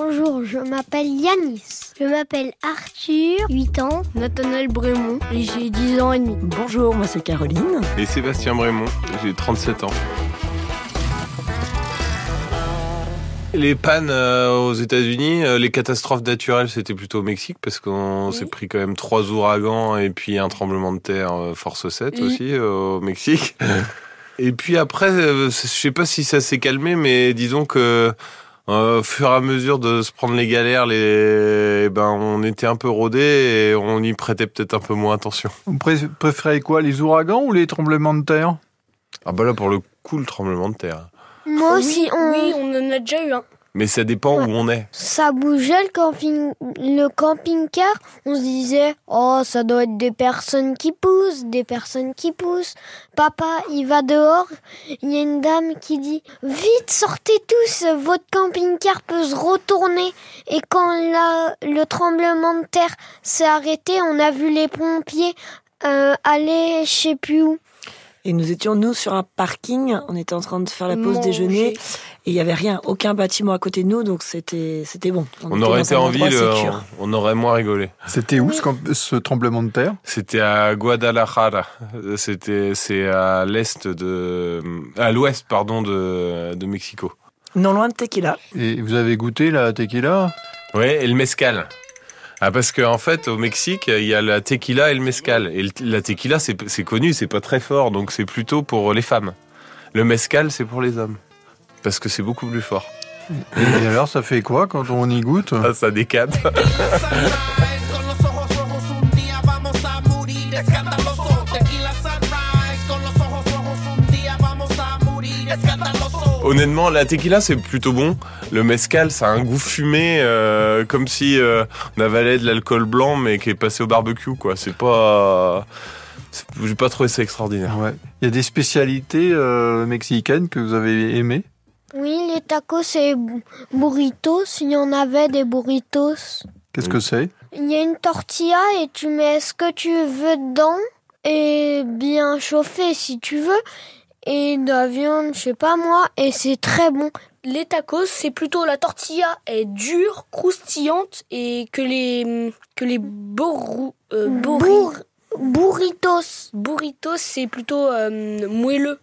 Bonjour, je m'appelle Yanis. Je m'appelle Arthur, 8 ans. Nathanaël Brémont, et j'ai 10 ans et demi. Bonjour, moi c'est Caroline. Et Sébastien Brémont, j'ai 37 ans. Les pannes euh, aux États-Unis, euh, les catastrophes naturelles, c'était plutôt au Mexique parce qu'on Oui. s'est pris quand même trois ouragans et puis un tremblement de terre euh, force 7 Oui. aussi euh, au Mexique. et puis après, euh, je sais pas si ça s'est calmé, mais disons que euh, au fur et à mesure de se prendre les galères, les... eh ben on était un peu rodés et on y prêtait peut-être un peu moins attention. Vous pré- préférez quoi, les ouragans ou les tremblements de terre Ah bah là pour le coup le tremblement de terre. Moi aussi, Oui, on... Oui, on en a déjà eu un. Mais ça dépend où on est. ça bougeait le, camping... le camping-car. On se disait, oh, ça doit être des personnes qui poussent, des personnes qui poussent. Papa, il va dehors. Il y a une dame qui dit, vite, sortez tous, votre camping-car peut se retourner. Et quand la- le tremblement de terre s'est arrêté, on a vu les pompiers euh, aller, je sais plus où. Et nous étions, nous, sur un parking. On était en train de faire la pause Manger. déjeuner. Et il n'y avait rien, aucun bâtiment à côté de nous. Donc c'était c'était bon. On, était aurait dans été un en endroit ville, sécure. euh, on aurait moins rigolé. C'était où ce, camp- ce tremblement de terre C'était à Guadalajara. C'était c'est à l'est de à l'ouest pardon de, de Mexico. Non loin de Tequila. Et vous avez goûté la tequila Ouais, et le mezcal. Ah parce qu'en fait au Mexique il y a la tequila et le mezcal et le- la tequila c'est c'est connu c'est pas très fort donc c'est plutôt pour les femmes. Le mezcal c'est pour les hommes parce que c'est beaucoup plus fort. Et, et alors, ça fait quoi quand on y goûte Ah, ça décade. Sunrise, Con los ojos rojos un día vamos a morir escandaloso. Tequila sunrise, con los ojos rojos un día vamos a morir escandaloso. Honnêtement, la tequila c'est plutôt bon. Le mezcal, ça a un goût fumé, euh, comme si euh, on avalait de l'alcool blanc mais qui est passé au barbecue, quoi. C'est pas, c'est- j'ai pas trouvé ça extraordinaire. Ouais. Il y a des spécialités euh, mexicaines que vous avez aimées Oui, les tacos et bu- burritos, il y en avait des burritos. Qu'est-ce que c'est Il y a une tortilla et tu mets ce que tu veux dedans et bien chauffé si tu veux et de la viande, je sais pas moi, et c'est très bon. Les tacos, c'est plutôt la tortilla est dure, croustillante et que les que les borou- euh, borri- Bour- burritos. burritos, c'est plutôt euh, moelleux.